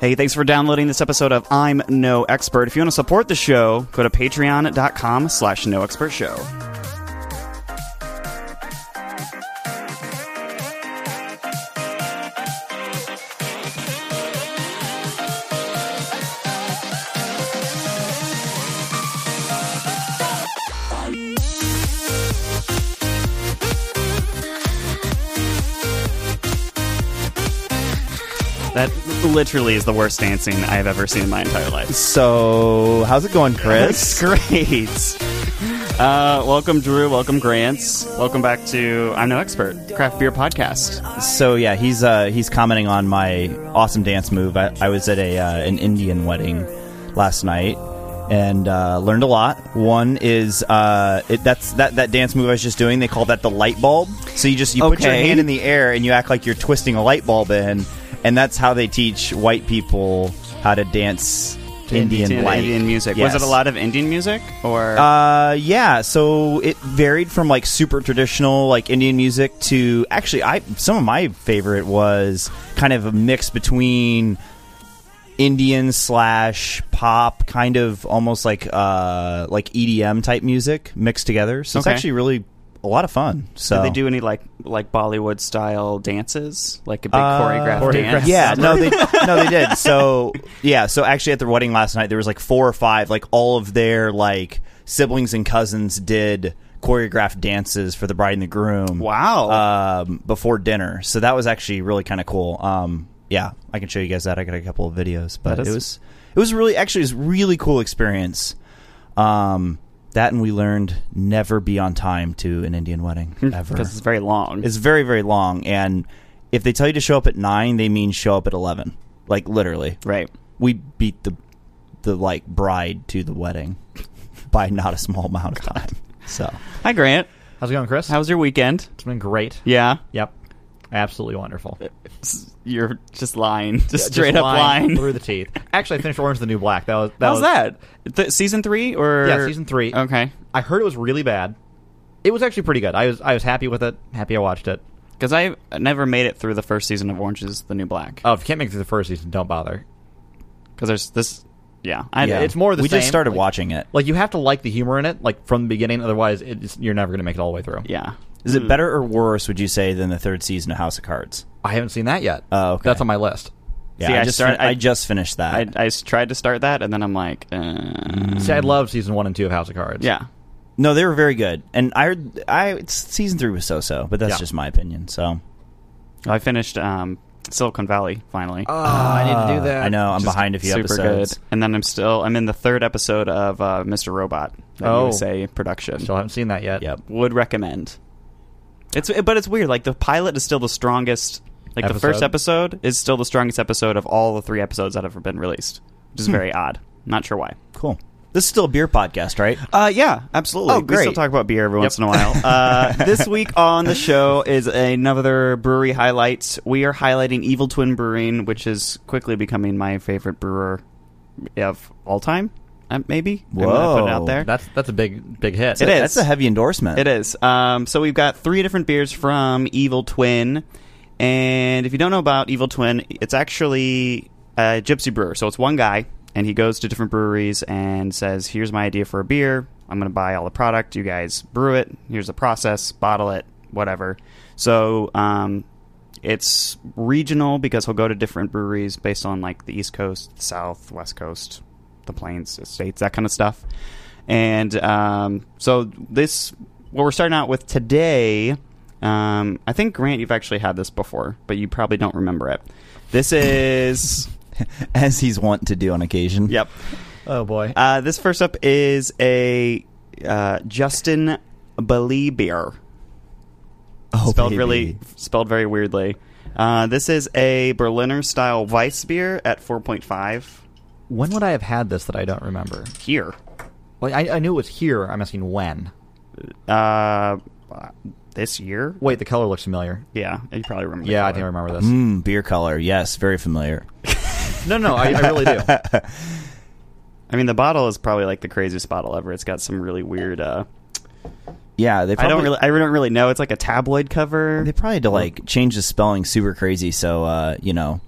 Hey, thanks for downloading this episode of I'm No Expert. If you want to support the show, go to patreon.com slash no expert show. That literally is the worst dancing I've ever seen in my entire life. So, how's it going, Chris? That's great. Uh, welcome, Drew. Welcome, Grants. Welcome back to I'm No Expert, Craft Beer Podcast. so yeah, he's uh, he's commenting on my awesome dance move. I, I was at a uh, an Indian wedding last night and uh, learned a lot. One is uh, it, that's that that dance move I was just doing. They call that the light bulb. So you just you put your Okay. hand in the air and you act like you're twisting a light bulb in, and that's how they teach white people how to dance. Indian light. Indian music. Yes. Was it a lot of Indian music? Or Uh, yeah. So it varied from like super traditional, like Indian music, to actually, I some of my favorite was kind of a mix between Indian slash pop, kind of almost like uh like EDM type music mixed together. So Okay. it's actually really a lot of fun. So did they do any like like Bollywood style dances? Like a big uh, choreographed, dance? Yeah, no, they no, they did. So yeah, so actually at their wedding last night, there was like four or five, like all of their like siblings and cousins did choreographed dances for the bride and the groom. Wow. Um, before dinner, so that was actually really kind of cool. Um, yeah, I can show you guys that. I got a couple of videos, but That is- it was it was really actually it was a really cool experience. Um, that and we learned never be on time to an Indian wedding ever. Because it's very long. It's very, very long. And if they tell you to show up at nine, they mean show up at eleven. Like literally, right. we beat the the like bride to the wedding by not a small amount of time. So Hi, Grant. How's it going, Chris? How was your weekend? it's been great. Yeah. Yep. Absolutely wonderful. S- You're just lying. Just Just straight up lying. through the teeth. Actually, I finished Orange is the New Black. That was that How's was, that? Th- season three or Yeah, season three. Okay, I heard it was really bad. It was actually pretty good. I was I was happy with it. Happy I watched it. because I never made it through the first season of Orange Is the New Black. Oh, if you can't make it through the first season, don't bother. Because there's this. Yeah, I, yeah. it's more of the we just same, started like- watching it. Is Like you have to like the humor in it, like from the beginning. Otherwise, it's, you're never going to make it all the way through. Yeah. it better or worse? Would you say than the third season of House of Cards? I haven't seen that yet. Oh, okay. That's on my list. Yeah, See, I, I just start- fin- I, I- just finished that. I, I s- tried to start that, and then I'm like, uh, Mm. See, I love season one and two of House of Cards. yeah. no, they were very good, and I, heard- I it's- season three was so so, but that's Yeah. just my opinion. So I finished um, Silicon Valley finally. Oh, I need to do that. I know I'm Just behind a few super episodes. good. And then I'm still I'm in the third episode of uh, Mr. Robot, that Oh. USA production. Still haven't seen that yet. Yep. Would recommend. It's but it's weird. Like the pilot is still the strongest. Like the first episode is still the strongest episode of all the three episodes that have ever been released, which is very odd. Not sure why. Cool. This is still a beer podcast, right? Uh, yeah, absolutely. Oh, We still great. talk about beer every once in a while. Uh, this week on the show is another brewery highlights. We are highlighting Evil Twin Brewing, which is quickly becoming my favorite brewer of all time. Uh, maybe I'm gonna put it out Whoa. there. That's that's a big big hit. It is. That's a heavy endorsement. It is. Um, so we've got three different beers from Evil Twin. And if you don't know about Evil Twin, it's actually a gypsy brewer. So it's one guy, and he goes to different breweries and says, Here's my idea for a beer. I'm going to buy all the product. You guys brew it. Here's the process, bottle it, whatever. So um, it's regional because he'll go to different breweries based on like the East Coast, the South, West Coast, the plains, the states, that kind of stuff. And um, so this, what we're starting out with today, um, I think Grant, you've actually had this before, but you probably don't remember it. This is, as he's wont to do on occasion. yep. Oh boy. Uh, this first up is a uh, Justin Bailey beer. Oh, spelled baby. really spelled very weirdly. Uh, this is a Berliner style Weiss beer at 4.5 when would I have had this that I don't remember? here. Well, I, I knew it was here. I'm asking when. Uh, this year? Wait, the color looks familiar. Yeah, you probably remember. the Yeah, color. I think I remember this. Mm, beer color. Yes, very familiar. No, no, I, I really do. I mean, the bottle is probably like the craziest bottle ever. It's got some really weird. Uh, Yeah, they I probably, don't really, I don't really know. It's like a tabloid cover. They probably had to like change the spelling super crazy, so uh, you know,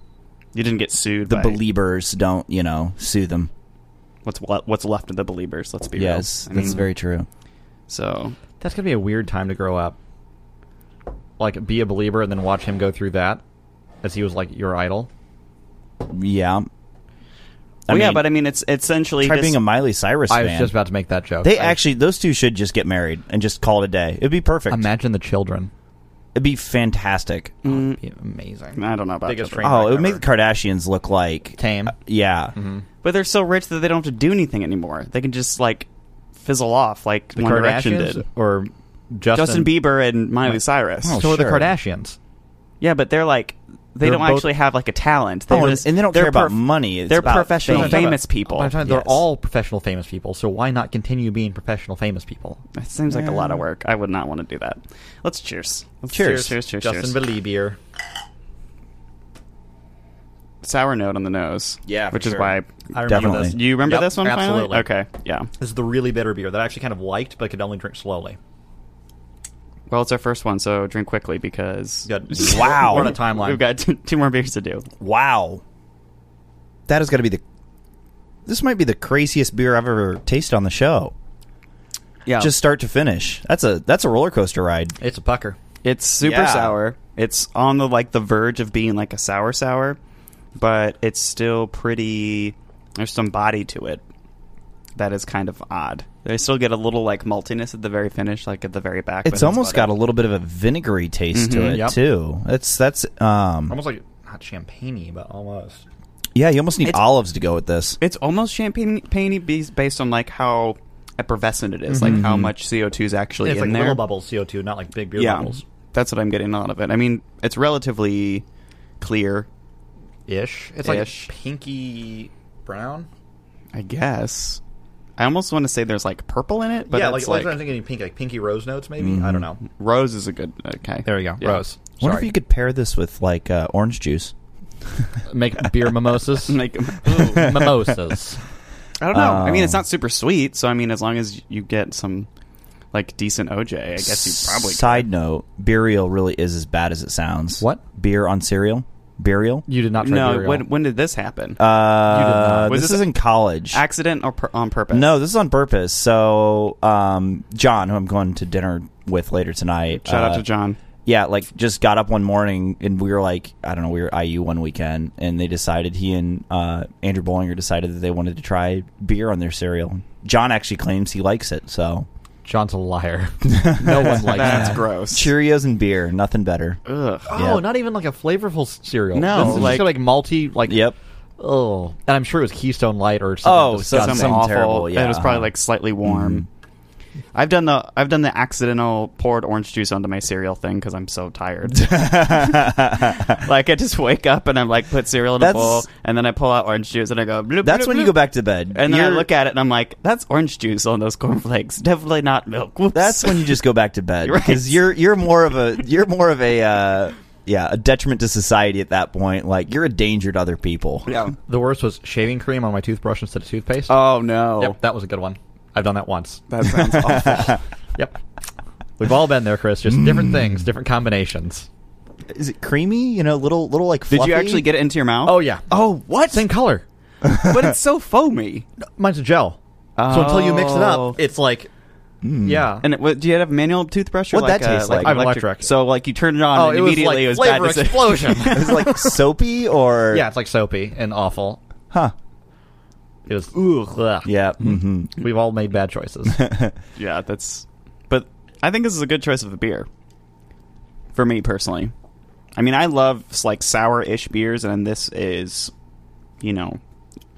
You didn't get sued. The by believers don't, you know, sue them. what's le- what's left of the believers. Let's be Yes, real. I that's mean, very true. So That's gonna be a weird time to grow up. Like be a believer and then watch him go through that, as he was like your idol. Yeah. I well, yeah, mean, but I mean, it's essentially try this- being a Miley Cyrus I fan. was just about to make that joke. they I- actually, those two should just get married and just call it a day. It'd be perfect. imagine the children. It'd be fantastic. Mm, Be amazing. I don't know about Biggest that, train Oh, it would wreck make ever. Mm-hmm. the Kardashians look like uh, tame. yeah. but they're so rich that they don't have to do anything anymore. They can just like fizzle off like The One Direction Kardashians did. or Justin, Justin Bieber and Miley Cyrus. Oh, So are the sure. Kardashians. Yeah, but they're like they They're don't both- actually have like a talent. They Oh, just- and they don't they're care about perf- money. It's they're about professional fame. famous people. But I'm talking- They're Yes. all professional famous people, so why not continue being professional famous people? It seems like a lot of work. I would not want to do that. Let's cheers. Let's Cheers. Cheers. Cheers. Justin cheers. Beliebier. Sour note on the nose. Yeah, for which is sure. why I remember Definitely. this. you remember Yep, this one. absolutely. Finally? Okay. Yeah. This is the really bitter beer that I actually kind of liked, but I could only drink slowly. Well, it's our first one, so drink quickly because Good. Wow. We're on a timeline. we've got two, two more beers to do. Wow. That has got to be the. This might be the craziest beer I've ever tasted on the show. Yeah. Just Just start to finish. That's a that's a roller coaster ride. It's a pucker. it's super Yeah. sour. It's on the like the verge of being like a sour sour, but it's still pretty. There's some body to it that is kind of odd. They still get a little like maltiness at the very finish, like at the very back. but It's almost about got a little bit of a vinegary taste to Mhm. it Yep. too. That's that's um Almost like not champagne but almost. yeah. You almost need It's- olives to go with this. it. It's almost champagne paney based on like how effervescent it is, like Mm-hmm. how much CO two is actually It's in like there. little bubbles CO two, not like big beer yeah, bubbles. that's what I'm getting out of it. I mean, it's relatively clear, Ish. It's Ish. like pinky brown. I guess. I almost want to say there's like purple in it, but yeah, it's like, like, I'm thinking pink, like pinky rose notes, maybe. I don't know. rose is a good okay. There we go. Yeah. Rose. Wonder if Sorry. you could pair this with like uh, orange juice. make beer mimosas. Make- Ooh, mimosas. I don't know. I mean, Oh. it's not super sweet, so I mean, as long as you get some like decent OJ, I guess you probably could. Side note: Burial really is as bad as it sounds. What? beer on cereal? Burial? You did not try No, Burial. when when did this happen? Uh, Was this, this- is in college. Accident or pur- on purpose? No, this is on purpose. So, um, John, who I'm going to dinner with later tonight. Shout uh, out to John. Yeah, like just got up one morning and we were like, I don't know, we were IU one weekend and they decided, he and uh, Andrew Bollinger decided that they wanted to try beer on their cereal. John actually claims he likes it. So, John's a liar. No one likes That's that. gross. Cheerios and beer, nothing better. Ugh. Oh, Yeah. not even like a flavorful s- cereal. No, this is like- just like malty, like Yep. Oh, and I'm sure it was Keystone Light or something. Oh, Some so disgusting. something awful. terrible, It was yeah. Mm-hmm. probably like slightly warm. I've done the I've done the accidental poured orange juice onto my cereal thing because I'm so tired. like I just wake up and I'm like put cereal in a That's- bowl and then I pull out orange juice and I go. bloop, That's bloop, when you bloop. go back to bed. And then I You're- look at it and I'm like, that's orange juice on those cornflakes. Definitely not milk. Whoops. That's when you just go back to bed Right. because you're you're more of a you're more of a uh, yeah a detriment to society at that point. Like you're a danger to other people. Yeah. The worst was shaving cream on my toothbrush instead of toothpaste. Oh no. Yep, that was a good one. I've done that once. That sounds awful. Yep. We've all been there, Chris. Just different things, different combinations. Is it creamy? You know, little little like. Did fluffy? you actually get it into your mouth? Oh yeah. Oh what? Same color. but it's so foamy. Mine's a gel. So until you mix it Oh. up, it's like Hmm. yeah. And it, wa- do you have a manual toothbrush? Or What'd like that a- taste like? an I'm electric. So like you turned it on oh, and it was like immediately it was bad. flavor decision. explosion. It was like soapy or yeah, it's like soapy and awful. Huh. It was ooh. ugh. Yeah. hmm We've all made bad choices. Mm-hmm. yeah, that's. But I think this is a good choice of a beer. For me personally, I mean, I love like sour-ish beers, and this is, you know,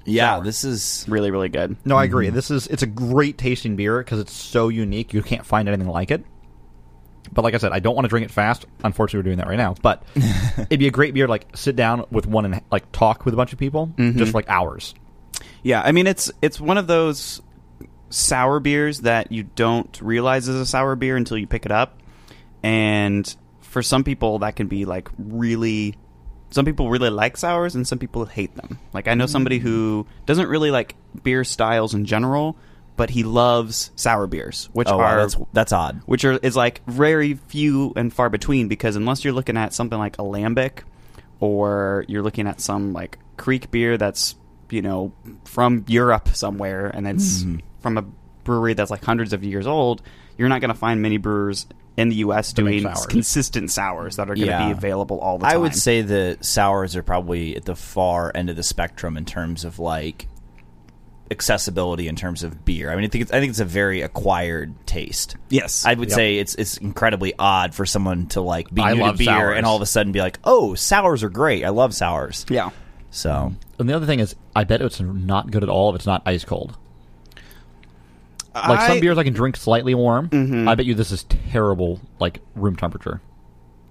Yeah. This is really really good. No, I agree. This is it's a great tasting beer because it's so unique. You can't find anything like it. But like I said, I don't want to drink it fast. Unfortunately, we're doing that right now. But it'd be a great beer. to, Like sit down with one and like talk with a bunch of people, just for, like hours. Yeah, I mean it's it's one of those sour beers that you don't realize is a sour beer until you pick it up. And for some people that can be like really some people really like sours and some people hate them. Like I know somebody who Mm. doesn't really like beer styles in general, but he loves sour beers, which oh wow, are that's that's odd. which are is like very few and far between because unless you're looking at something like alambic or you're looking at some like creek beer that's you know from Europe somewhere, and it's from a brewery that's like hundreds of years old. You're not going to find many brewers in the U.S. make doing sours. consistent sours that are going to Yeah. be available all the time. I would say the sours are probably at the far end of the spectrum in terms of like accessibility in terms of beer. I mean, I think it's, I think it's a very acquired taste. yes, I would Yep. say it's it's incredibly odd for someone to like be I new to love beer sours. and all of a sudden be like, "Oh, sours are great. I love sours." yeah. So, And the other thing is, I bet it's not good at all if it's not ice cold. Like some beers I Mm-hmm. can drink slightly warm. I bet you this is terrible, like room temperature.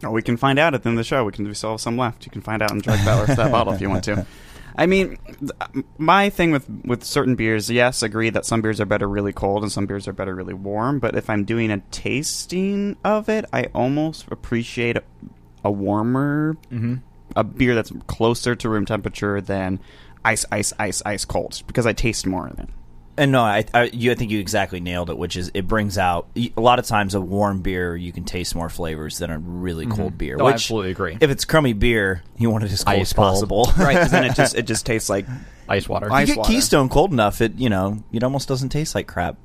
Or we can find out at the end of the show. We can we still have some left. You can find out and drug balance that bottle if you want to. I mean, th- uh, my thing with with certain beers, yes, agree that some beers are better really cold and some beers are better really warm. But if I'm doing a tasting of it, I almost appreciate a, a warmer, a beer that's closer to room temperature than ice, ice, ice, ice cold because I taste more of it. and no, I I, you, I think you exactly nailed it, which is it brings out a lot of times a warm beer you can taste more flavors than a really cold beer. Mm-hmm. No, I which, absolutely agree. If it's crummy beer, you want it as cold Ice as cold. possible. Right? Because then it just it just tastes like Ice water. Ice- you get water. Keystone cold enough, it you know it almost doesn't taste like crap.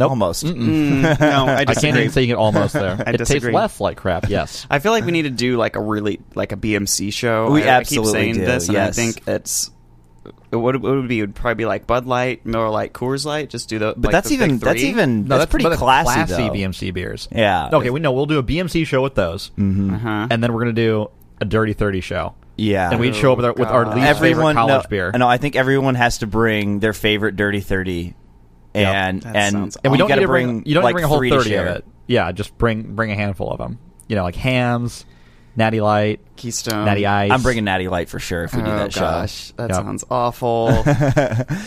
Almost. Mm, no. I, I can't disagree. even say you get almost there. it disagree. tastes less like crap. Yes. I feel like we need to do like a really like a BMC show. Uh-huh. We I, absolutely I keep saying do, this, and yes. I think it's it would, it would be it would probably be like Bud Light, Miller Light, Coors Light. Just do the. But that's even that's even that's, pretty but classy, classy though. BMC beers. Yeah. Okay, we know we'll do a BMC show with those, mm-hmm. uh and then we're gonna do a Dirty Thirty show. Yeah. and we'd show up with our, with our God. least favorite college no, beer. No, I think everyone has to bring their favorite Dirty Thirty, and That and sounds and we you don't need gotta to bring, you don't like need to bring a whole three to thirty of share. it. Yeah, just bring bring a handful of them. You know, like hams, natty light, Keystone. natty ice. I'm bringing Natty Light for sure if we Oh do that show. gosh, that Yep. sounds awful.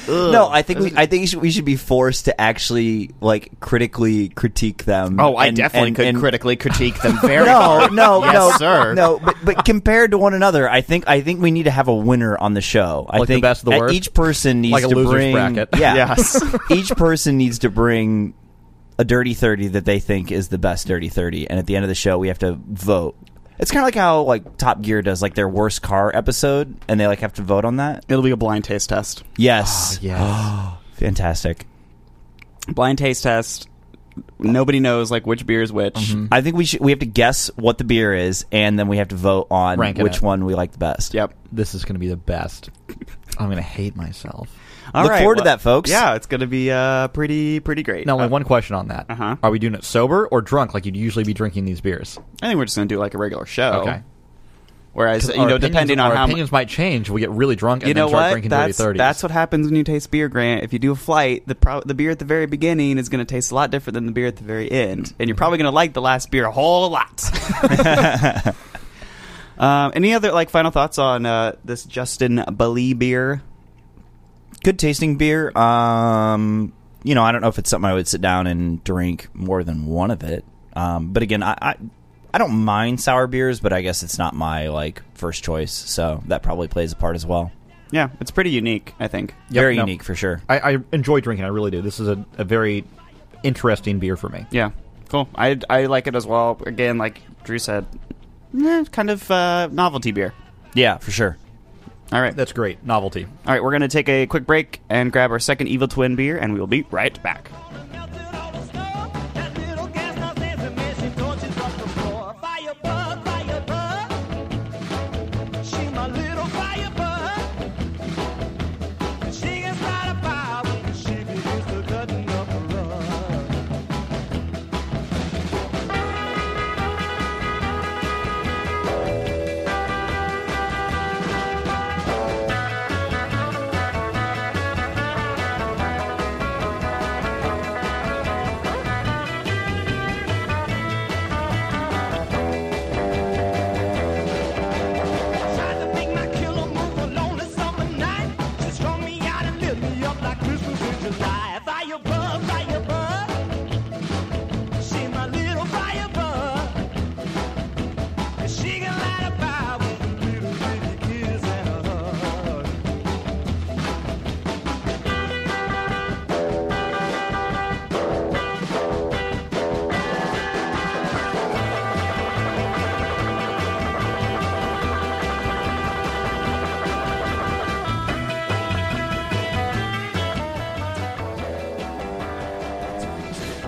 No, I think we I think you should, we should be forced to actually like critically critique them. Oh, and- and- and- critically critique them very No, no, Yes, no, sir. no. But, but compared to one another, I think I think we need to have a winner on the show. I Like the think best of the at- worst? Each person needs Like a to loser's bring bracket. Yeah, Yes. each person needs to bring a dirty thirty that they think is the best dirty thirty, and at the end of the show, we have to vote. It's kind of like how like Top Gear does like their worst car episode, and they like have to vote on that. It'll be a blind taste test. Yes, Ah, Oh, Yes. fantastic. Blind taste test. Nobody knows like which beer is which. I think we should we have to guess what the beer is, and then we have to vote on Ranking which it. one we like the best. Yep. this is going to be the best. I'm going to hate myself. All Look right, forward to well- that, folks. Yeah, it's gonna be uh pretty pretty great. Now, only Uh, one question on that: uh-huh. Are we doing it sober or drunk, like you'd usually be drinking these beers? I think we're just gonna do like a regular show. Okay. Whereas 'Cause you our know, opinions- depending on our how mu- opinions might change, we get really drunk and you know then start what, drinking that's dirty 30s. that's what happens when you taste beer, Grant. If you do a flight, the pro- the beer at the very beginning is going to taste a lot different than the beer at the very end, and you're probably going to like the last beer a whole lot. um, any other like final thoughts on uh, this Justin Balee beer? good tasting beer. Um, you know, I don't know if it's something I would sit down and drink more than one of it. Um, but again, I, I I don't mind sour beers, but I guess it's not my like first choice, so that probably plays a part as well. Yeah, it's pretty unique, I think. Very no. unique for sure. I, I enjoy drinking. I really do. This is a, a very interesting beer for me. Yeah, cool. I I like it as well. Again, like Drew said, eh, kind of uh, novelty beer. Yeah, for sure. All right. That's great novelty. All right, we're going to take a quick break and grab our second Evil Twin beer, and we will be right back. Melted all the snow. That little gas house has a messing torches from the floor. Firebug, firebug. She my little firebug. And she is not a fire when she begins to cutting up the rug.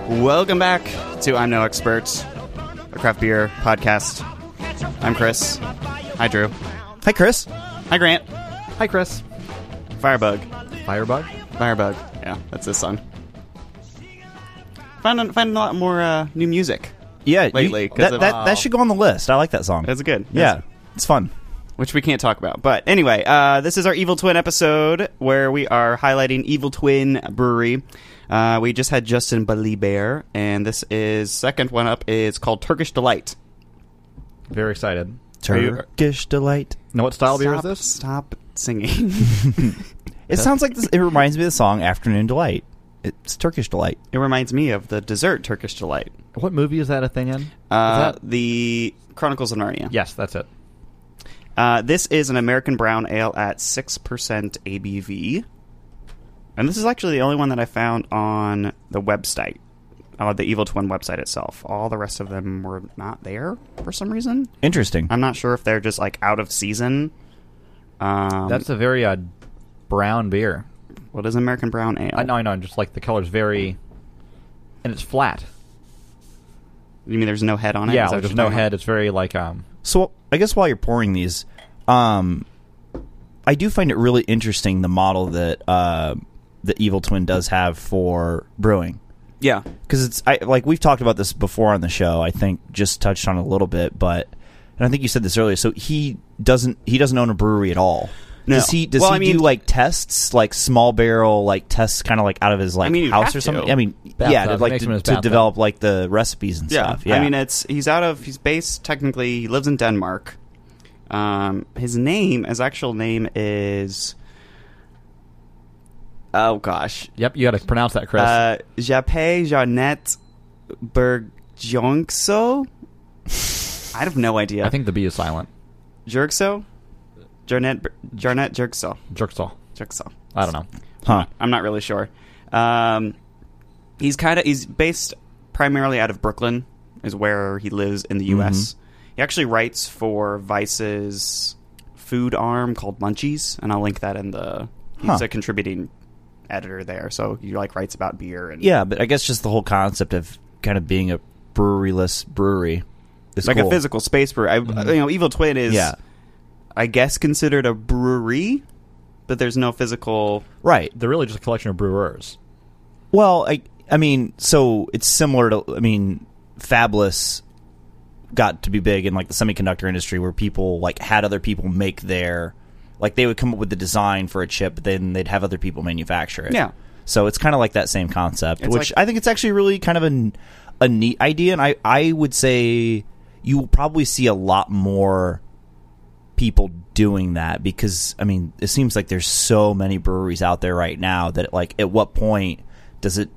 Welcome back to I'm No Expert, a craft beer podcast. I'm Chris. Hi, Drew. Hi, Chris. Hi, Grant. Hi, Chris. Firebug. Firebug. Firebug. Yeah, that's this song. Finding, finding a lot more uh, new music, Yeah, you- Lately, 'cause that, of- uh, that, that should go on the list. I like that song. That's good. Yeah, That's- it's fun. which we can't talk about. But anyway, uh, this is our Evil Twin episode where we are highlighting Evil Twin Brewery. Uh, we just had Justin Baliber, and this is second one up is called Turkish Delight. Very excited. you- Turkish delight. Know what style beer is Stop- this? Stop singing. It sounds like this. It reminds me of the song "Afternoon Delight." It's Turkish delight. It reminds me of the dessert Turkish delight. What movie is that a thing in? Is Uh, that- the Chronicles of Narnia. yes, that's it. Uh, this is an American brown ale at six percent ABV, and this is actually the only one that I found on the website, uh, the Evil Twin website itself. All the rest of them were not there for some reason. Interesting. I'm not sure if they're just like out of season. Um, That's a very uh, brown beer. what is American brown ale? I know, I know. Just like the color's very, and it's flat. You mean there's no head on it? yeah, Is that like what there's you're no talking head. about? It's very like um. So I guess while you're pouring these, um, I do find it really interesting the model that uh, the Evil Twin does have for brewing Yeah, because it's I, like we've talked about this before on the show. I think just touched on it a little bit, but and I think you said this earlier. So he doesn't he doesn't own a brewery at all. No. Does he does Well, he I mean- do like tests like small barrel like tests kind of like out of his like mean, you'd house have or something? to. I mean, yeah, Bathtub. to, like Makes him in to, his to bathtub. develop like the recipes and stuff. Yeah, I mean, it's he's out of he's based technically he lives in Denmark. Um, his name, his actual name is oh gosh, Yep, you got to pronounce that, Chris. uh, Jappe Jeanette Bergjonkso. I have no idea. I think the B is silent. Jergso, Jarnette Ber- Jarnette Jergso, Jerksaw. Jergso. I don't know. huh? I'm not really sure. Um, he's kind of he's based primarily out of Brooklyn, is where he lives in the Mm-hmm. U.S. He actually writes for Vice's food arm called Munchies, and I'll link that in the. He's Huh. a contributing editor there, so he like writes about beer and Yeah, but I guess just the whole concept of kind of being a breweryless brewery is like cool. Mm-hmm. a physical space brewery. I, You know, Evil Twin is Yeah, I guess considered a brewery, but there's no physical. right. They're really just a collection of brewers. Well, I I mean, so it's similar to I mean, Fabless got to be big in like the semiconductor industry where people like had other people make their like they would come up with the design for a chip, but then they'd have other people manufacture it. Yeah. So it's kind of like that same concept, It's which like- I think it's actually really kind of an, a neat idea, and I I would say you will probably see a lot more people doing that because I mean it seems like there's so many breweries out there right now that like at what point does it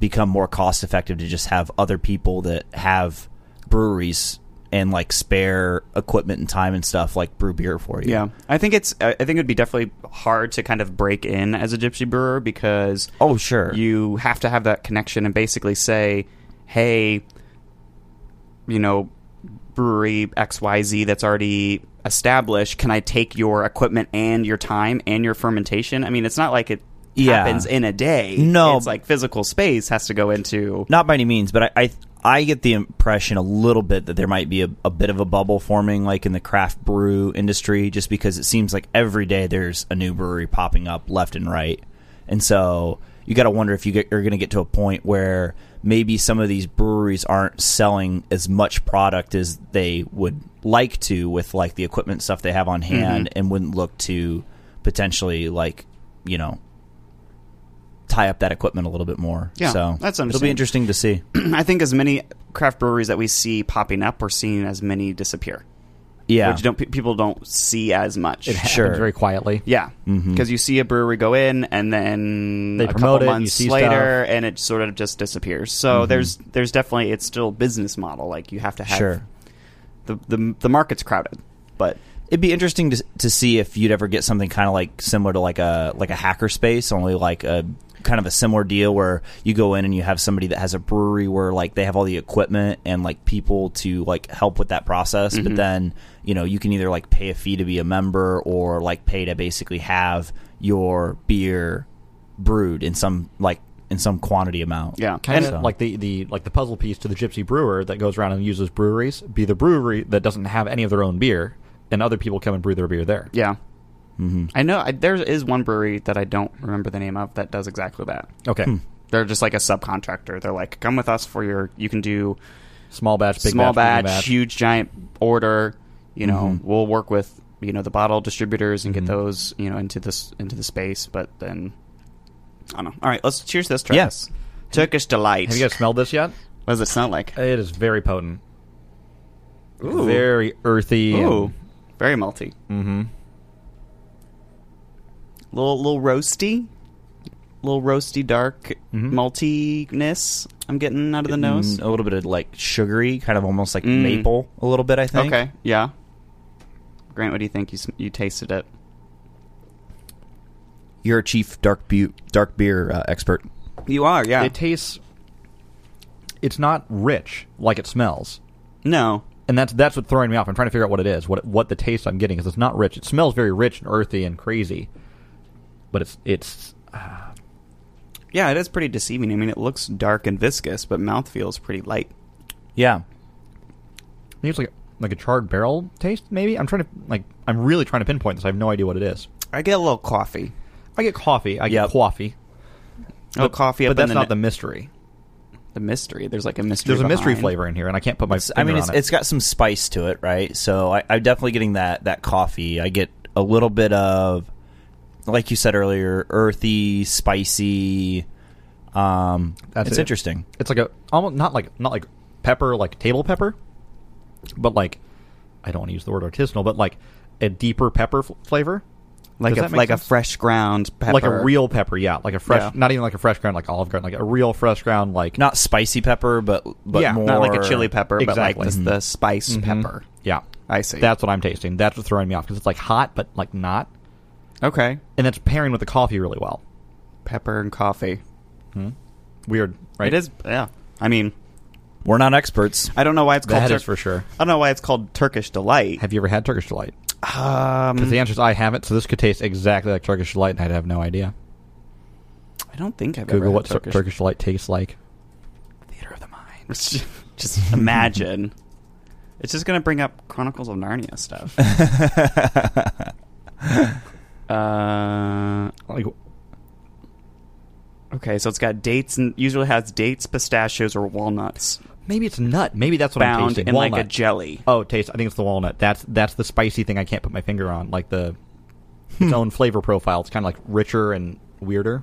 become more cost effective to just have other people that have breweries and like spare equipment and time and stuff like brew beer for you. Yeah, I think it's. I I think it would be definitely hard to kind of break in as a gypsy brewer because Oh sure. you have to have that connection and basically say, hey, you know, brewery XYZ that's already established, can I take your equipment and your time and your fermentation? I mean, it's not like it Yeah. happens in a day. No. It's like physical space has to go into. not by any means, but I, I I get the impression a little bit that there might be a, a bit of a bubble forming, like in the craft brew industry, just because it seems like every day there's a new brewery popping up left and right, and so you got to wonder if you get, you're going to get to a point where maybe some of these breweries aren't selling as much product as they would like to with like the equipment stuff they have on Mm-hmm. hand, and wouldn't look to potentially like you know tie up that equipment a little bit more. Yeah, so that's it'll be understandable. interesting to see. I think as many craft breweries that we see popping up, we're seeing as many disappear, Yeah, which don't pe- people don't see as much. It happens Sure. very quietly. Yeah, because you see a brewery go in, and then Mm-hmm. They a promote couple it, you months see Mm-hmm. later, and it sort of just disappears. So there's there's definitely it's still a business model. Like you have to have sure. the, the the market's crowded, but It'd be interesting to to see if you'd ever get something kind of like similar to like a like a hacker space, only like a kind of a similar deal where you go in and you have somebody that has a brewery where like they have all the equipment and like people to like help with that process, Mm-hmm. but then you know you can either like pay a fee to be a member or like pay to basically have your beer brewed in some like in some quantity amount. Yeah. Kind And- of like the, the like the puzzle piece to the gypsy brewer that goes around and uses breweries be the brewery that doesn't have any of their own beer, and other people come and brew their beer there. Yeah. Mm-hmm. I know I, there is one brewery that I don't remember the name of that does exactly that. Okay, They're just like a subcontractor. They're like, come with us for your. You can do small batch, big small batch, batch, medium huge, giant order. You know, we'll work with you know the bottle distributors and get those you know into this into the space. But then I don't know. All right, let's cheers this. Travis. Yes. Turkish delight. Have you guys smelled this yet? what does it sound like? It is very potent. Very earthy. and- Ooh, very malty. Mm-hmm. Little little roasty, little roasty dark maltiness. I'm getting out of the nose. Mm, a little bit of like sugary, kind of almost like Mm. maple, a little bit. I think. Okay, yeah. Grant, what do you think? You s- you tasted it? You're a chief dark bu- dark beer uh, expert. You are, yeah. It tastes. It's not rich like it smells, no, and that's that's what's throwing me off. I'm trying to figure out what it is, what what the taste I'm getting is. It's not rich. It smells very rich and earthy and crazy, but it's it's yeah, it is pretty deceiving. I mean, it looks dark and viscous, but mouth feels pretty light. Yeah. I think it's like like a charred barrel taste. Maybe I'm trying to like I'm really trying to pinpoint this. I have no idea what it is. I get a little coffee. I get coffee. I Yep. get coffee, Oh, coffee up but that's in the, not the mystery. the mystery. There's like a mystery. There's a mystery behind. flavor in here, and I can't put my. It's- I mean, finger it's, on it. it's got some spice to it, right? So I, I'm definitely getting that that coffee. I get a little bit of, like you said earlier, earthy, spicy. Um, That's it's it. interesting. It's like a almost not like not like pepper like table pepper, but like I don't want to use the word artisanal, but like a deeper pepper f- flavor, like Does a that make like sense? a fresh ground pepper, like a real pepper, yeah, like a fresh, Yeah. not even like a fresh ground, like olive ground, like a real fresh ground, like Not spicy pepper, but but Yeah, more not like a chili pepper, but Exactly. Mm-hmm. like the, the spice pepper. yeah. I see. That's what I'm tasting. That's what's throwing me off because it's like hot, but like not, okay. and that's pairing with the coffee really well. Pepper and coffee. Hmm? Weird, right? It is. Yeah. I mean, We're not experts. I don't know why it's called That is Tur- for sure. I don't know why it's called Turkish delight. Have you ever had Turkish delight? Um, Because the answer is I haven't. So this could taste exactly like Turkish delight, and I'd have no idea. I don't think I've Google ever what had Turkish. Turkish. Turkish delight tastes like. theater of the mind. just imagine. It's just gonna bring up Chronicles of Narnia stuff. uh, Like, okay, so it's got dates and usually has dates, pistachios, or walnuts maybe it's nut. Maybe that's what I'm bound tasting. in like a Walnut. jelly. Oh, taste. I think it's the walnut. That's that's the spicy thing I can't put my finger on. Like the Hmm. its own flavor profile. It's kind of like richer and weirder.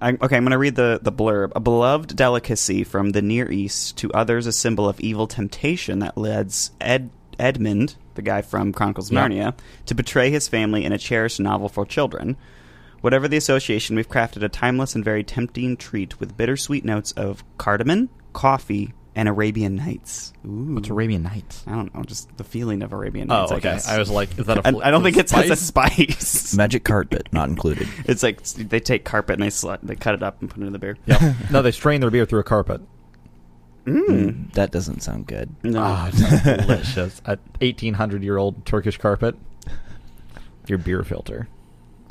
I, okay, I'm going to read the, the blurb. A beloved delicacy from the Near East, to others a symbol of evil temptation that leads Ed, Edmund, the guy from Chronicles of Yeah. Narnia, to betray his family in a cherished novel for children. Whatever the association, we've crafted a timeless and very tempting treat with bittersweet notes of cardamom, coffee, and Arabian Nights. Ooh. It's Arabian Nights. I don't know, just the feeling of Arabian Oh, Nights. I, okay. guess. I was like, is that a? I, fl- I don't think it spice? has a spice. Magic carpet not included. It's like they take carpet and they sli- they cut it up and put it in the beer. Yep. no, they strain their beer through a carpet. That doesn't sound good. Mm. Hmm. No. Mm. Ah, it sounds delicious. A 1800 year old Turkish carpet. Your beer filter.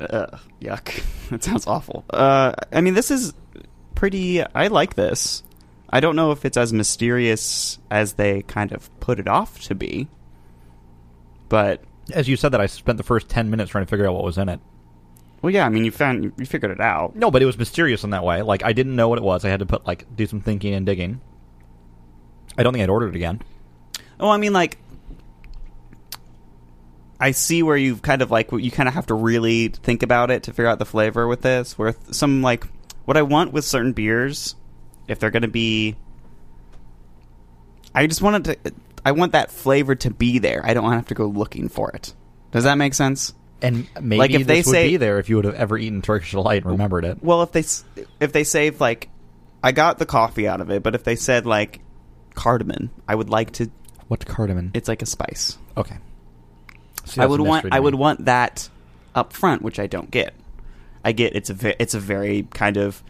Ugh, yuck. That sounds awful. Uh, I mean, this is pretty. I like this. I don't know if it's as mysterious as they kind of put it off to be, but As you said that, I spent the first 10 minutes trying to figure out what was in it. well, yeah. I mean, you found you figured it out. No, but it was mysterious in that way. Like, I didn't know what it was. I had to put, like, do some thinking and digging. I don't think I'd order it again. Oh, I mean, like, I see where you've kind of like you kind of have to really think about it to figure out the flavor with this. Where th- some like what I want with certain beers, if they're going to be, I just want it to. I want that flavor to be there. I don't want to have to go looking for it. Does that make sense? And maybe Like, if they this would say- be there if you would have ever eaten Turkish delight and remembered it. Well, if they s- if they say like I got the coffee out of it, but if they said like cardamom, I would like to. What's cardamom? It's like a spice. okay. See, I that's would a want mystery to I me. would want that up front, which I don't get. I get it's a ve- it's a very kind of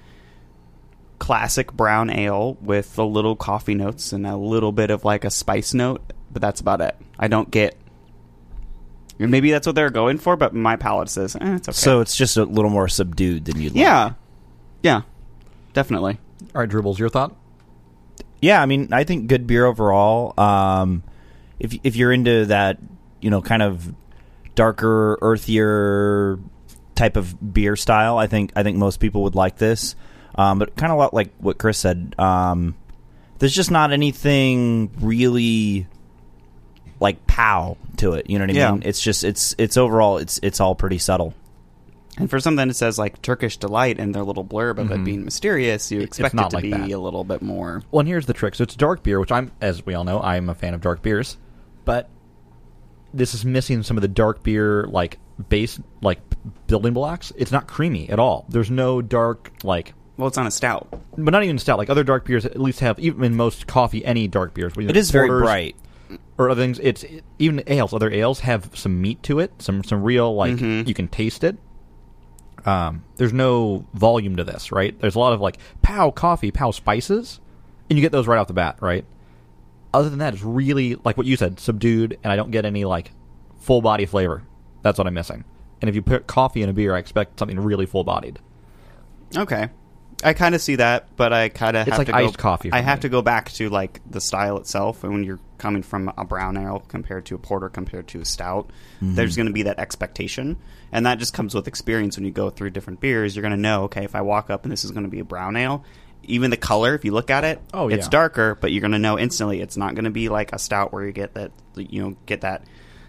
classic brown ale with a little coffee notes and a little bit of like a spice note, but that's about it. I don't get. and Maybe that's what they're going for, but my palate says eh, it's okay. So it's just a little more subdued than you'd like. yeah, Yeah, definitely. All right, Dribbles, your thought? yeah, I mean, I think good beer overall. Um, if if you're into that, you know, kind of darker, earthier type of beer style, I think I think most people would like this. Um, but kind of lot like what Chris said. Um, there's just not anything really like pow to it. You know what I Yeah. mean? It's just it's it's overall it's it's all pretty subtle. And for something that says like Turkish delight in their little blurb of it being mysterious, you Mm-hmm. It- expect it's not it to like be that. a little bit more. Well, and here's the trick. So it's dark beer, which I'm, as we all know, I'm a fan of dark beers, but this is missing some of the dark beer like base like building blocks. It's not creamy at all. There's no dark like, Well, it's on a stout. but not even stout. Like other dark beers, at least have even in most coffee, any dark beers. It is very bright. or other things. It's even ales. Other ales have some meat to it. Some some real like Mm-hmm. you can taste it. Um, there's no volume to this, right? There's a lot of like pow coffee, pow spices, and you get those right off the bat, right? Other than that, it's really like what you said, subdued, and I don't get any like full body flavor. That's what I'm missing. And if you put coffee in a beer, I expect something really full bodied. Okay. I kind of see that, but I kind of It's have like to go, iced coffee for I have me. to go back to like the style itself, and when you're coming from a brown ale compared to a porter compared to a stout, Mm-hmm. there's going to be that expectation, and that just comes with experience. When you go through different beers, you're going to know, okay, if I walk up and this is going to be a brown ale, even the color, if you look at it, Oh, it's yeah. darker, but you're going to know instantly. It's not going to be like a stout where you get that, you know, get that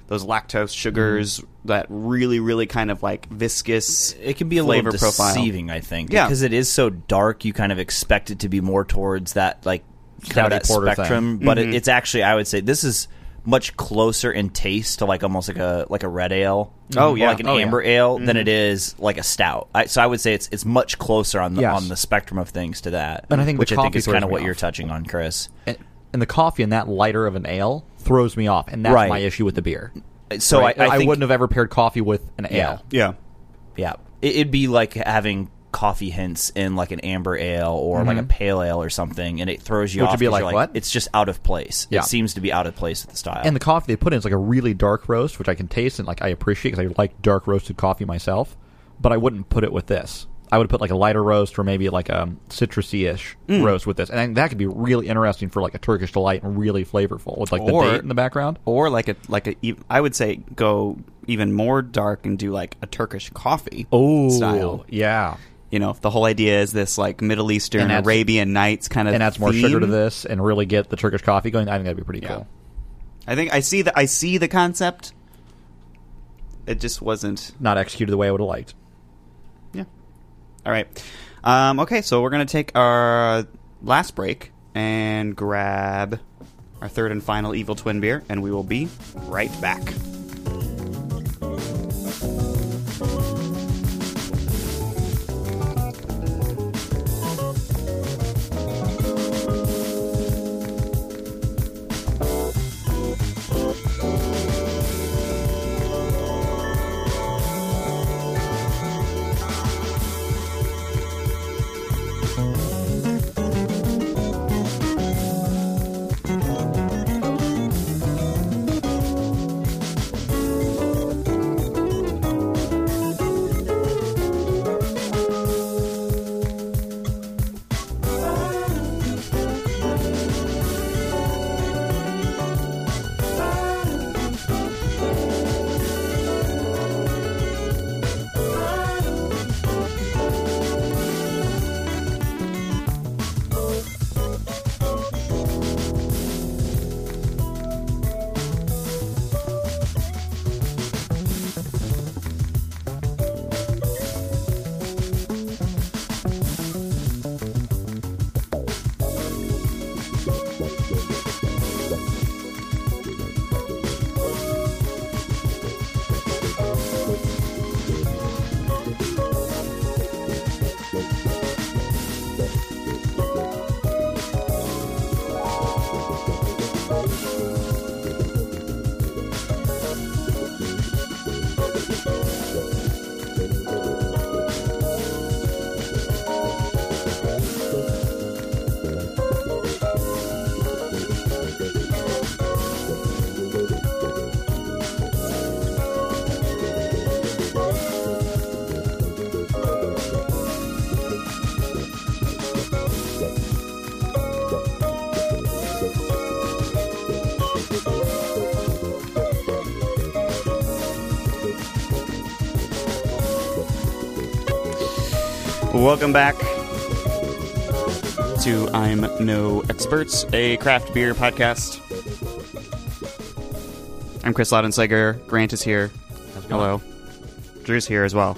those lactose sugars, Mm-hmm. that really, really kind of like viscous. it can be a flavor little deceiving, profile. I think. Yeah. because it is so dark, you kind of expect it to be more towards that like kind Stouty of that porter thing. spectrum. But it, it's actually, I would say, this is much closer in taste to like almost like a like a red ale. Oh, or yeah. like an Oh, yeah. amber ale than it is like a stout. I, so I would say it's it's much closer on the Yes. on the spectrum of things to that. And I think the which I think coffee is kind throws of me what you're off. touching on, Chris. And, and the coffee in that lighter of an ale throws me off, and that's Right. my issue with the beer. So Right? I, I, think, wouldn't have ever paired coffee with an Yeah. ale. Yeah. Yeah, it, it'd be like having coffee hints in like an amber ale or like a Mm-hmm. pale ale or something, and it throws you Which would off. be 'cause like, you're what? It's just out of place. Yeah. It seems to be out of place with the style. and the coffee they put in is like a really dark roast, which I can taste and like I appreciate because I like dark roasted coffee myself. But I wouldn't put it with this. I would put like a lighter roast or maybe like a citrusy ish roast with this, and I think that could be really interesting for like a Turkish delight and really flavorful with like Or- the date in the background. or like a like a ev- I would say go even more dark and do like a Turkish coffee style. yeah, You know, if the whole idea is this like Middle Eastern And adds- Arabian Nights kind of and adds more sugar to theme. this and really get the Turkish coffee going. I think that'd be pretty Yeah. cool. I think I see the I see the concept. It just wasn't. Not executed the way I would have liked. Yeah. All right. Um, okay, so we're gonna take our last break and grab our third and final evil twin beer, and we will be right back. Welcome back to I'm No Experts, a craft beer podcast. I'm Chris Laudensager. Grant is here. Hello. Drew's here as well.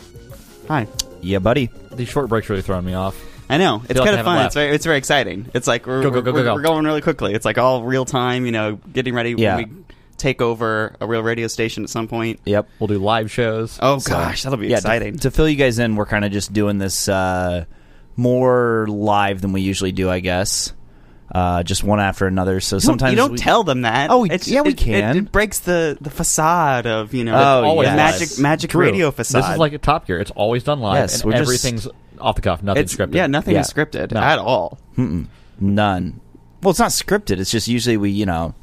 Hi. Yeah, buddy. These short breaks really throwing me off. I know it's kind like to of have fun. a laugh. It's very, it's very exciting. It's like we're, Go, go, we're- go, go, we're- go. we're going really quickly. It's like all real time. You know, getting ready. Yeah. when we take over a real radio station at some point. Yep. We'll do live shows. Oh So- gosh, that'll be Yeah, to- exciting. To, fill you guys in, we're kind of just doing this uh, more live than we usually do, I guess. Uh, just one after another. So You don't- sometimes you don't we- tell them that. Oh, we- yeah, we it- it- can. It, breaks the, the facade of you know Oh, the Always yes. magic lies. magic True. radio facade. This is like a Top Gear. It's always done live. Yes, and we're just- everything's off the cuff. Nothing it's scripted. yeah, nothing is Yeah. scripted No. at all. Mm-mm. none. Well, it's not scripted. It's just usually we you know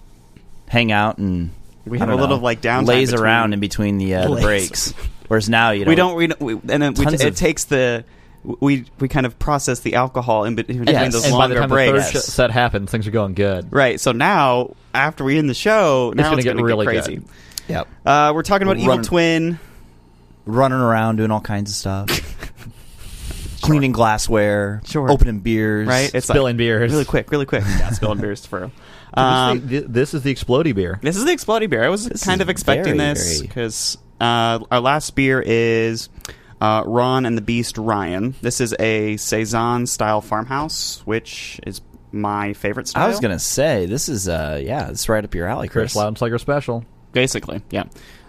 hang out and We I have don't a little, know, like, downtime lays between- around in between the, uh, the Lays. breaks. Whereas now you know we don't we, don't- we and then we Tons t- it of- takes the we we kind of process the alcohol in between Yes. those and by the longer time the breaks. third sh- set happens, things are going good. Right. So now after we end the show, now gonna it's get going to really get crazy. good. Yep. Uh, we're talking about We're Evil running- Twin. running around doing all kinds of stuff. Cleaning glassware, Sure. opening beers, Right, it's Spilling beers. really quick, really quick. Yeah, spilling beers for. this, Um, is the, this is the Explodey beer. this is the Exploding Beer. I was This kind is of expecting very, this very- because uh, our last beer is uh, Ron and the Beast Ryan. This is a saison style farmhouse, which is my favorite style. I was gonna say this is uh yeah it's right up your alley, Chris. Chris Loudenslager special. basically, yeah.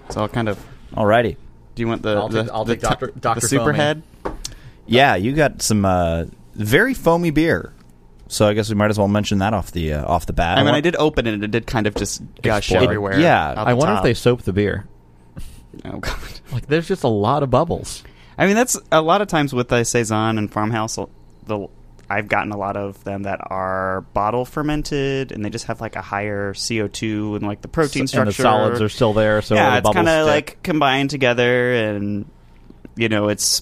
So I'll kind of. Alrighty, Do you want the I'll the, take- I'll the take Dr. tu- Dr. the Foamy. superhead? yeah, you got some uh very foamy beer, so I guess we might as well mention that off the uh, off the bat. I mean, wa- I did open it, and it did kind of just gush Explode. everywhere. Yeah. out I the wonder top. if they soap the beer. Oh god. Like, there's just a lot of bubbles. I mean, that's a lot of times with the saison and farmhouse. The I've gotten a lot of them that are bottle fermented, and they just have like a higher CO two and like the protein And the structure. solids are still there, so yeah, the it's bubbles kind of stick. like combined together, and you know, it's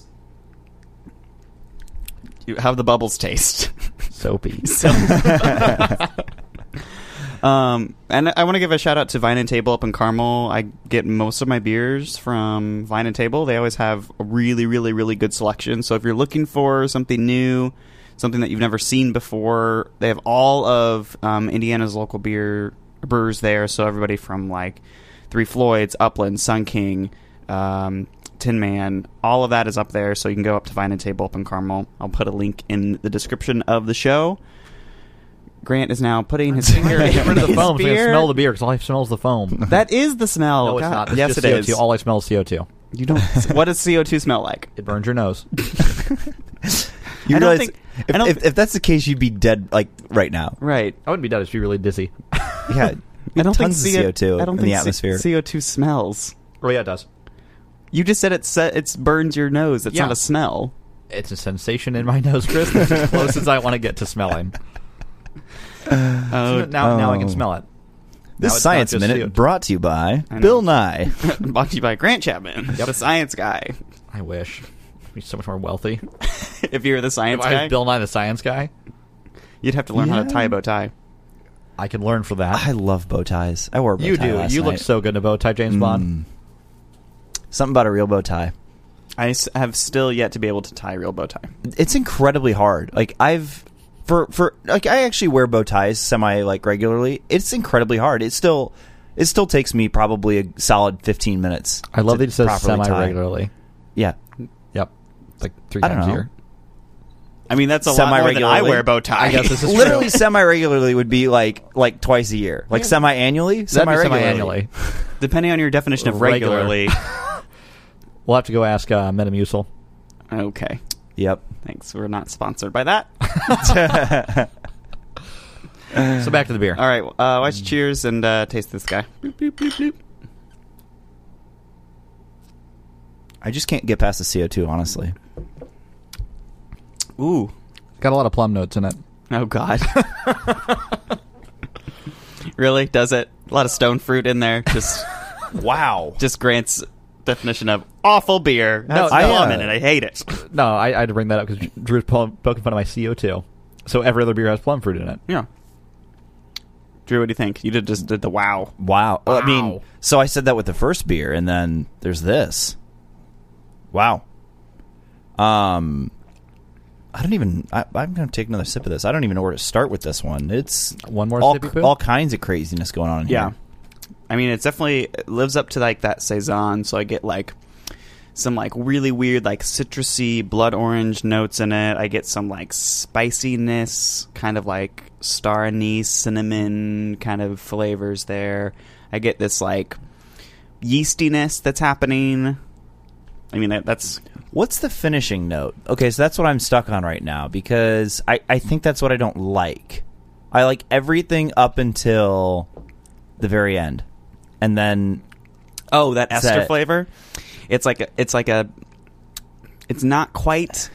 you how the bubbles taste. soapy. So, um, and I want to give a shout out to Vine and Table up in Carmel. I get most of my beers from Vine and Table. They always have a really, really, really good selection. So if you're looking for something new, something that you've never seen before, they have all of um, Indiana's local beer brewers there. So everybody from like Three Floyds, Upland, Sun King. Um, Tin Man, all of that is up there, so you can go up to Vine and Table up in Carmel. I'll put a link in the description of the show. Grant is now putting his finger in Get rid of the his foam. so you can beer. smell the beer because all I smell is the foam. That is the smell. no, it's God, not. It's yes, just it is. CO2. All I smell is CO2. You don't. what does CO two smell like? It burns your nose. you I don't realize think- if, I don't if, thi- if that's the case, you'd be dead like right now. Right. I wouldn't be dead. I'd be really dizzy. Yeah, I don't tons think of CO2 I don't think in the atmosphere. CO two smells. Oh yeah, it does. You just said it. Se- it burns your nose. It's Yeah. not a smell. It's a sensation in my nose, Chris. That's as close as I want to get to smelling. Oh, now, now I can Oh. smell it. this Now it's science not just minute CO2. brought to you by I know. Bill Nye. brought to you by Grant Chapman, the science guy. I wish. I'd be so much more wealthy. if you were the If science I guy, was Bill Nye the Science Guy, you'd have to learn how to Yeah. tie a bow tie. I could learn from that. I love bow ties. I wore a bow you tie do. last you look night. Mm. so good in a bow tie, James Bond. Something about a real bow tie. I s- have still yet to be able to tie a real bow tie. it's incredibly hard. Like I've for for like I actually wear bow ties semi like regularly. It's incredibly hard. It still it still takes me probably a solid fifteen minutes. I love to that he says properly tie. semi regularly. Yeah, Yep. Like three I don't times a know. year. I mean, that's a lot more than I Semi-regularly. wear a bow tie. I guess this is literally true. semi regularly would be like like twice a year, like Yeah. semi annually, That'd semi be regularly. semi-annually. Depending on your definition of Regular. regularly. We'll have to go ask uh, Metamucil. okay. Yep. Thanks. We're not sponsored by that. So back to the beer. All right. Uh, watch Cheers and uh, taste this guy. I just can't get past the CO two. Honestly, Ooh. Got a lot of plum notes in it. Oh, God. really? Does it? A lot of stone fruit in there. Just, wow. just Grant's definition of awful beer. That's I, plum uh, in it. I hate it. No, I, I had to bring that up because Drew's plum, poking fun of my CO2. So every other beer has plum fruit in it. Yeah. Drew, what do you think? You did just did the wow. Wow. Well, I mean, Wow. so I said that with the first beer, and then there's this. Wow. Um, I don't even. I, I'm going to take another sip of this. I don't even know where to start with this one. It's One more all, sippy poo? all kinds of craziness going on. in Yeah. here. I mean, it's definitely it lives up to like that saison, so I get like some like really weird like citrusy blood orange notes in it. I get some like spiciness, kind of like star anise, cinnamon kind of flavors there. I get this like yeastiness that's happening. I mean, that, that's What's the finishing note? Okay, so that's what I'm stuck on right now because I, I think that's what I don't like. I like everything up until the very end. And then Oh, that Is ester that- flavor. It's like a, it's like a it's not quite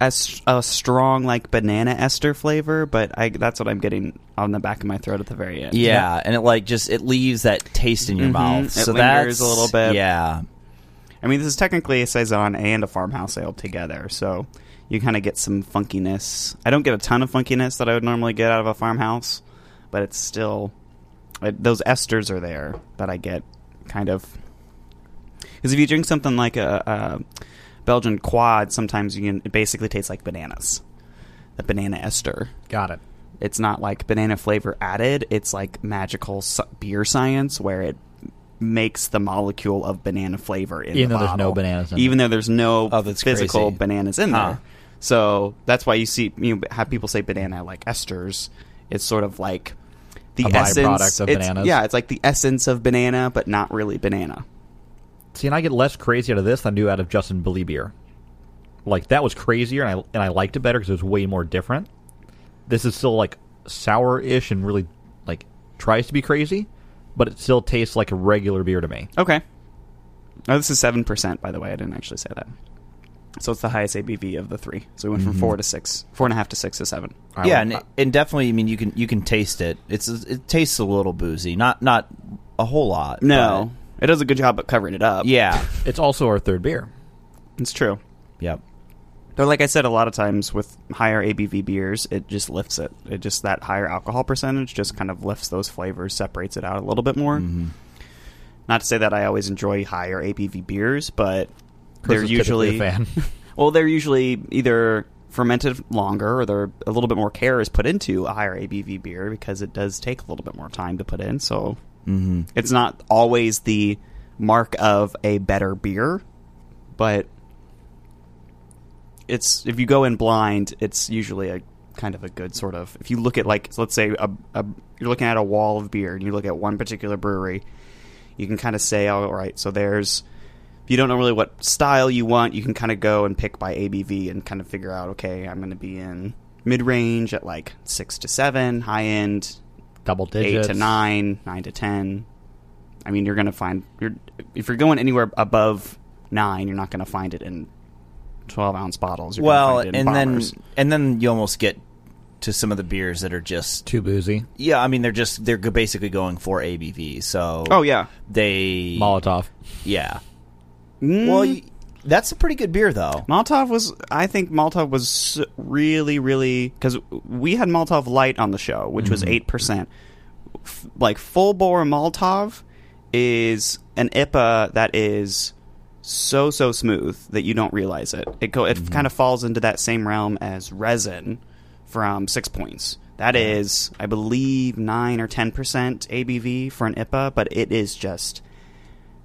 as a strong like banana ester flavor, but I that's what I'm getting on the back of my throat at the very end. yeah, and it like just it leaves that taste in your Mhm, mouth. it so lingers that's a little bit. Yeah. I mean, this is technically a saison and a farmhouse ale together, so you kind of get some funkiness. I don't get a ton of funkiness that I would normally get out of a farmhouse, but it's still it, those esters are there that I get kind of. Because if you drink something like a, a Belgian quad, sometimes you can it basically tastes like bananas, a banana ester. Got it. It's not like banana flavor added. It's like magical s- beer science where it makes the molecule of banana flavor in Even the though there's no bottle. bananas in even it. though there's no Oh, that's physical crazy. bananas in Huh. there. So that's why you see you have people say banana like esters. It's sort of like the A essence byproduct of it's- bananas. Yeah, it's like the essence of banana, but not really banana. See, and I get less crazy out of this than I do out of Justin Billy beer. Like that was crazier, and I and I liked it better because it was way more different. This is still like sour-ish and really like tries to be crazy, but it still tastes like a regular beer to me. Okay. Oh, this is seven percent, by the way. I didn't actually say that. So it's the highest ABV of the three. So we went Mm-hmm. from four to six, four and a half to six to seven. I yeah, and, would- it- and definitely I mean you can you can taste it. It's it tastes a little boozy. Not not a whole lot. No, it does a good job at covering it up. but- yeah. it's also our third beer. it's true. yep. Though, like I said, a lot of times with higher ABV beers, it just lifts it. It just that higher alcohol percentage just kind of lifts those flavors, separates it out a little bit more. Mm-hmm. Not to say that I always enjoy higher ABV beers, but Chris they're is typically usually a fan. well, they're usually either fermented longer or they're a little bit more care is put into a higher ABV beer because it does take a little bit more time to put in. So it's not always the mark of a better beer, but it's if you go in blind, it's usually a kind of a good sort of. If you look at like so let's say a, a you're looking at a wall of beer and you look at one particular brewery, you can kind of say, all right, so there's. If you don't know really what style you want, you can kind of go and pick by ABV and kind of figure out, okay, I'm going to be in mid range at like six to seven, high end Double eight digits. to nine, nine to ten. I mean, you're going to find you're if you're going anywhere above nine, you're not going to find it in twelve ounce bottles. You're gonna Well, find it in and bombers. then and then you almost get to some of the beers that are just Too boozy. yeah. I mean, they're just they're go- basically going for ABV. So oh yeah, they Molotov. yeah. Mm, Well, y that's a pretty good beer though. Molotov was I think Molotov was s- really really because we had Molotov Light on the show, which was eight percent. F- like full bore Molotov is an IPA that is so so smooth that you don't realize it. It go it kind of falls into that same realm as resin from Six Points. That is, I believe, nine or ten percent ABV for an IPA, but it is just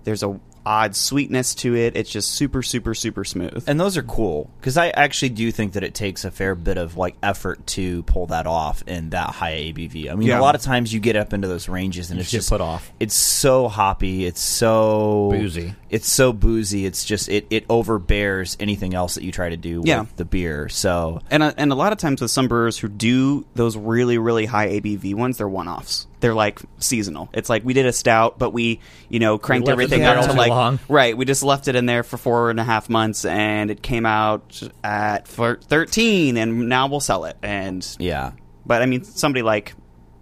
there's a odd sweetness to it. It's just super super super smooth. And those are cool because I actually do think that it takes a fair bit of like effort to pull that off in that high ABV. I mean, Yeah. a lot of times you get up into those ranges and it's get just put off. It's so hoppy. It's so Boozy. It's so boozy. It's just it it overbears anything else that you try to do Yeah. with the beer. So And a, and a lot of times with some brewers who do those really really high ABV ones, they're one offs. They're like seasonal. It's like we did a stout, but we you know cranked left it everything in up there to too like long. right. We just left it in there for four and a half months, and it came out at for thirteen, and now we'll sell it. And yeah. but I mean somebody like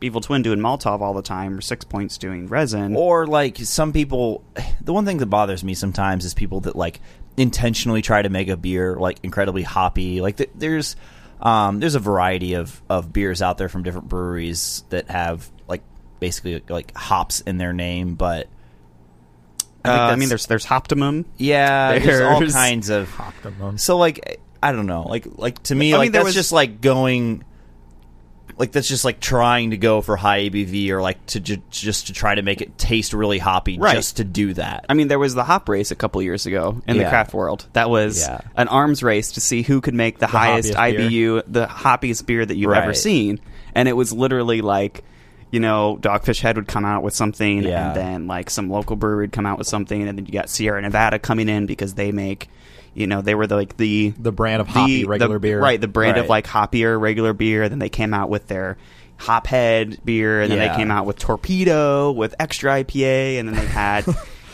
Evil Twin doing Maltov all the time, or Six Points doing resin. Or like some people, the one thing that bothers me sometimes is people that like intentionally try to make a beer like incredibly hoppy. Like th- there's um, there's a variety of of beers out there from different breweries that have like basically like hops in their name, but Uh, I that's- uh, mean there's there's Hoptimum. yeah, there's, all There's- kinds of. So like I don't know. Like like to me, I like mean, there that's was- just like going. Like that's just like trying to go for high ABV or like to ju- just to try to make it taste really hoppy Right. just to do that. I mean, there was the hop race a couple years ago in the Yeah. craft world. That was Yeah. an arms race to see who could make the, highest hoppiest beer. IBU, the hoppiest beer that you've ever Right. seen. And it was literally like, you know, Dogfish Head would come out with something, Yeah. and then like some local brewery would come out with something, and then you got Sierra Nevada coming in because they make, you know, they were the, like the The brand of hoppy regular the- beer. right? The brand of Right. like hoppier regular beer. Then they came out with their Hophead beer, and then Yeah. they came out with Torpedo with extra IPA, and then they had.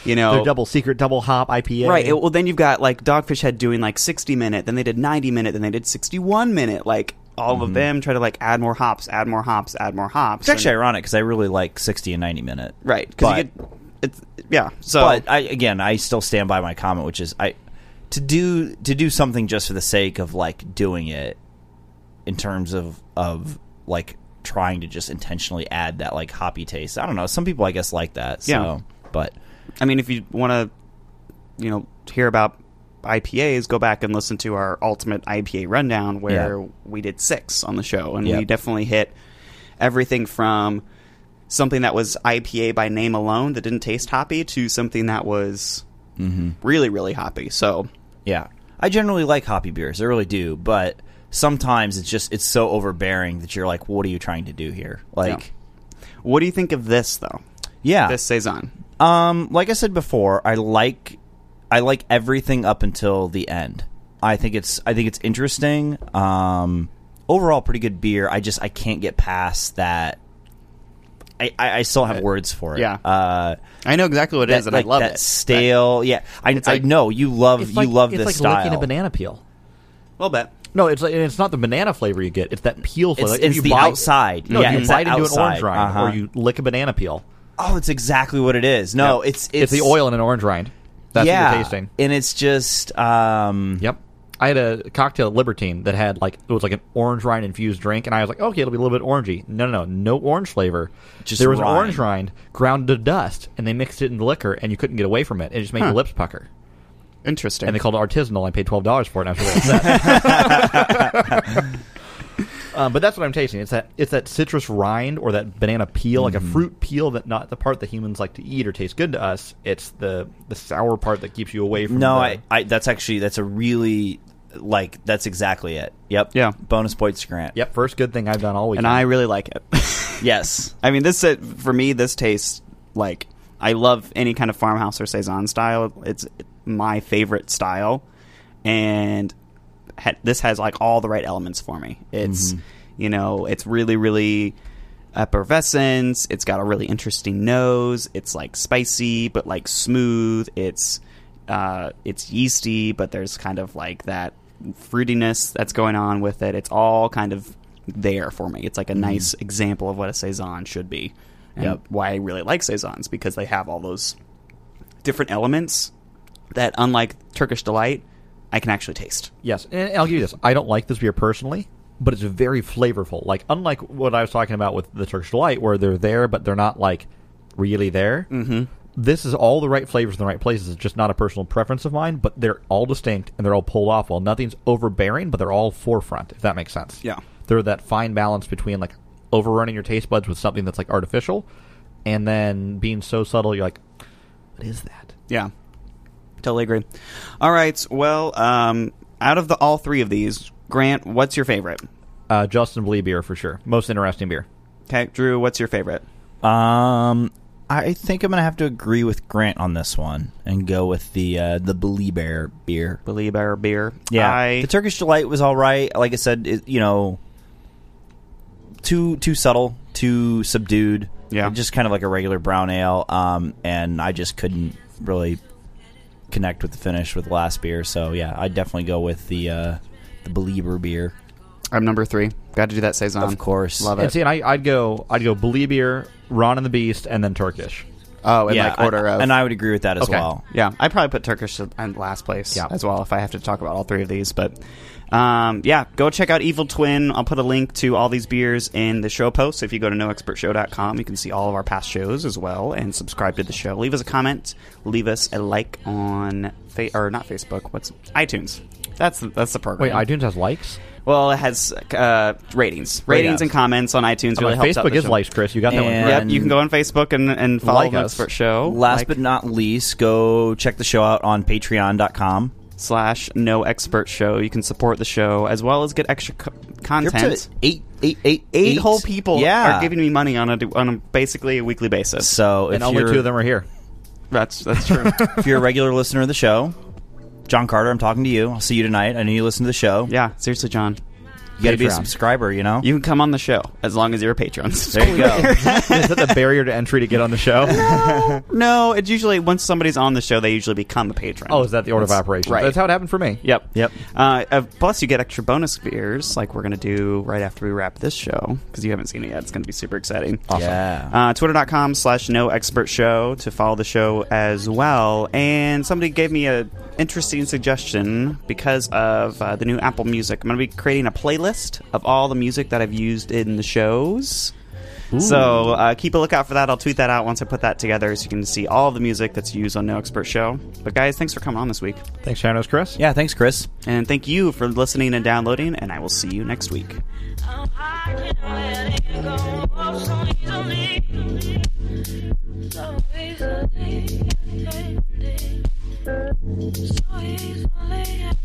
You know, Their double secret double hop IPA. Oh. Right. It, well, then you've got like Dogfish Head doing like 60 minute, then they did 90 minute, then they did 61 minute. Like all of them try to like add more hops, add more hops, add more hops. Mm-hmm. It's actually and- ironic because I really like sixty and ninety minute. right because you get but- it's yeah. So but I again, I still stand by my comment, which is I to do to do something just for the sake of like doing it in terms of of like trying to just intentionally add that like hoppy taste. I don't know. Some people I guess like that. So, Yeah. but I mean, if you want to, you know, hear about IPAs, go back and listen to our ultimate IPA rundown where Yeah. we did six on the show, and we Yep. definitely hit everything from something that was IPA by name alone that didn't taste hoppy to something that was really, really hoppy. So yeah. I generally like hoppy beers. I really do, but sometimes it's just it's so overbearing that you're like what are you trying to do here? Like What do you think of this though? yeah. This saison. Um, like I said before, I like I like everything up until the end. I think it's I think it's interesting. Um, overall, pretty good beer. I just I can't get past that. I, I, I still have words for it. Yeah. uh, I know exactly what it that, is, and like, I love that it. Stale, yeah. I, like- I know you love It's you like- love it's this like style. licking a banana peel. A little bit. No, it's like and it's not the banana flavor you get; it's that peel It's, flavor. If it's you the bite- outside. No, yeah, you it's bite that into an outside. orange rind, Uh-huh. or you lick a banana peel. Oh, it's exactly what it is. No, Yep. it's, it's the oil in an orange rind. That's yeah, what you're tasting. and it's just um, Yep. I had a cocktail at Libertine that had like it was like an orange rind infused drink, and I was like, okay, it'll be a little bit orangey. No, no, no, no orange flavor. Just there was rind. an orange rind ground to dust, and they mixed it in the liquor, and you couldn't get away from it. It just made Huh. your lips pucker. Interesting. And they called it artisanal. and I paid twelve dollars for it. And I was really upset. um, but that's what I'm tasting. It's that it's that citrus rind or that banana peel, like a fruit peel, that not the part that humans like to eat or taste good to us. It's the the sour part that keeps you away from. No, the, I, I that's actually that's a really like that's exactly it. Yep. Yeah. Bonus points grant. Yep, first good thing I've done all weekend. and I really like it. Yes. I mean, this uh, for me, this tastes like I love any kind of farmhouse or saison style. It's my favorite style, and ha- this has like all the right elements for me. It's you know, it's really really effervescence. It's got a really interesting nose. It's like spicy but like smooth. It's uh, it's yeasty, but there's kind of like that fruitiness that's going on with it. It's all kind of there for me. It's like a nice example of what a saison should be, and Mm. Yep. why I really like saisons because they have all those different elements that, unlike Turkish delight, I can actually taste. Yes, and I'll give you this. I don't like this beer personally, but it's very flavorful. Like unlike what I was talking about with the Turkish delight, where they're there but they're not like really there. Mm-hmm. This is all the right flavors in the right places. It's just not a personal preference of mine, but they're all distinct and they're all pulled off well. Nothing's overbearing, but they're all forefront. If that makes sense. Yeah. they're that fine balance between like overrunning your taste buds with something that's like artificial, and then being so subtle you're like, what is that? Yeah, totally agree. All right, well, um, out of the all three of these, Grant, what's your favorite? Uh, Justin Blee beer for sure. Most interesting beer. Okay, Drew, what's your favorite? Um I think I'm gonna have to agree with Grant on this one and go with the uh the Bully Bear beer. Believe our beer. Yeah. I- the Turkish delight was all right. Like I said, it, you know too too subtle, too subdued. Yeah. Just kind of like a regular brown ale. Um and I just couldn't really connect with the finish with the last beer. So yeah, I'd definitely go with the uh, the believer beer. I'm number three. Got to do that saison. Of course. love And it. see, and I, I'd go, I'd go Belibeer, Ron and the Beast, and then Turkish. Oh, in like I- order of. and I would agree with that as Okay. well. Yeah, I probably put Turkish in last place Yeah. as well if I have to talk about all three of these. But um, yeah, go check out Evil Twin. I'll put a link to all these beers in the show post. If you go to noexpertshow.com, you can see all of our past shows as well and subscribe to the show. Leave us a comment. Leave us a like on fa- or not Facebook. What's iTunes? That's that's the program. Wait, iTunes has likes. Well, it has uh, ratings, ratings, Ratings. and comments on iTunes. Really Like, helps out Facebook the is show. likes, Chris. You got that one. And- correct. Yep, you can go on Facebook and, and follow Like No us. Expert Show. Last Like- but not least, go check the show out on patreon.com. slash no expert show. You can support the show as well as get extra co- You're up content. to eight, eight, eight, Eight whole people yeah. are giving me money on a on a, basically a weekly basis. So if and only you're, two of them are here. that's that's true. if you're a regular listener of the show, John Carter, I'm talking to you. I'll see you tonight. I know you listen to the show. yeah, seriously, John, you got to be a Patreon. subscriber, you know? you can come on the show as long as you're a patron. there you go. is that the barrier to entry to get on the show? no, it's usually once somebody's on the show, they usually become a patron. Oh, is that the order of operations? right. That's how it happened for me. Yep. Yep. Uh, uh, plus, you get extra bonus beers like we're going to do right after we wrap this show because you haven't seen it yet. It's going to be super exciting. Yeah. Uh, Twitter.com slash no expert show to follow the show as well. And somebody gave me a interesting suggestion because of uh, the new Apple Music. I'm going to be creating a playlist of all the music that I've used in the shows. So uh, keep a lookout for that. I'll tweet that out once I put that together so you can see all the music that's used on No Expert Show. But guys, thanks for coming on this week. Thanks, Shadows, Chris. yeah, thanks, Chris. And thank you for listening and downloading, and I will see you next week. I can't let it go oh, so easily, so easily, so easily.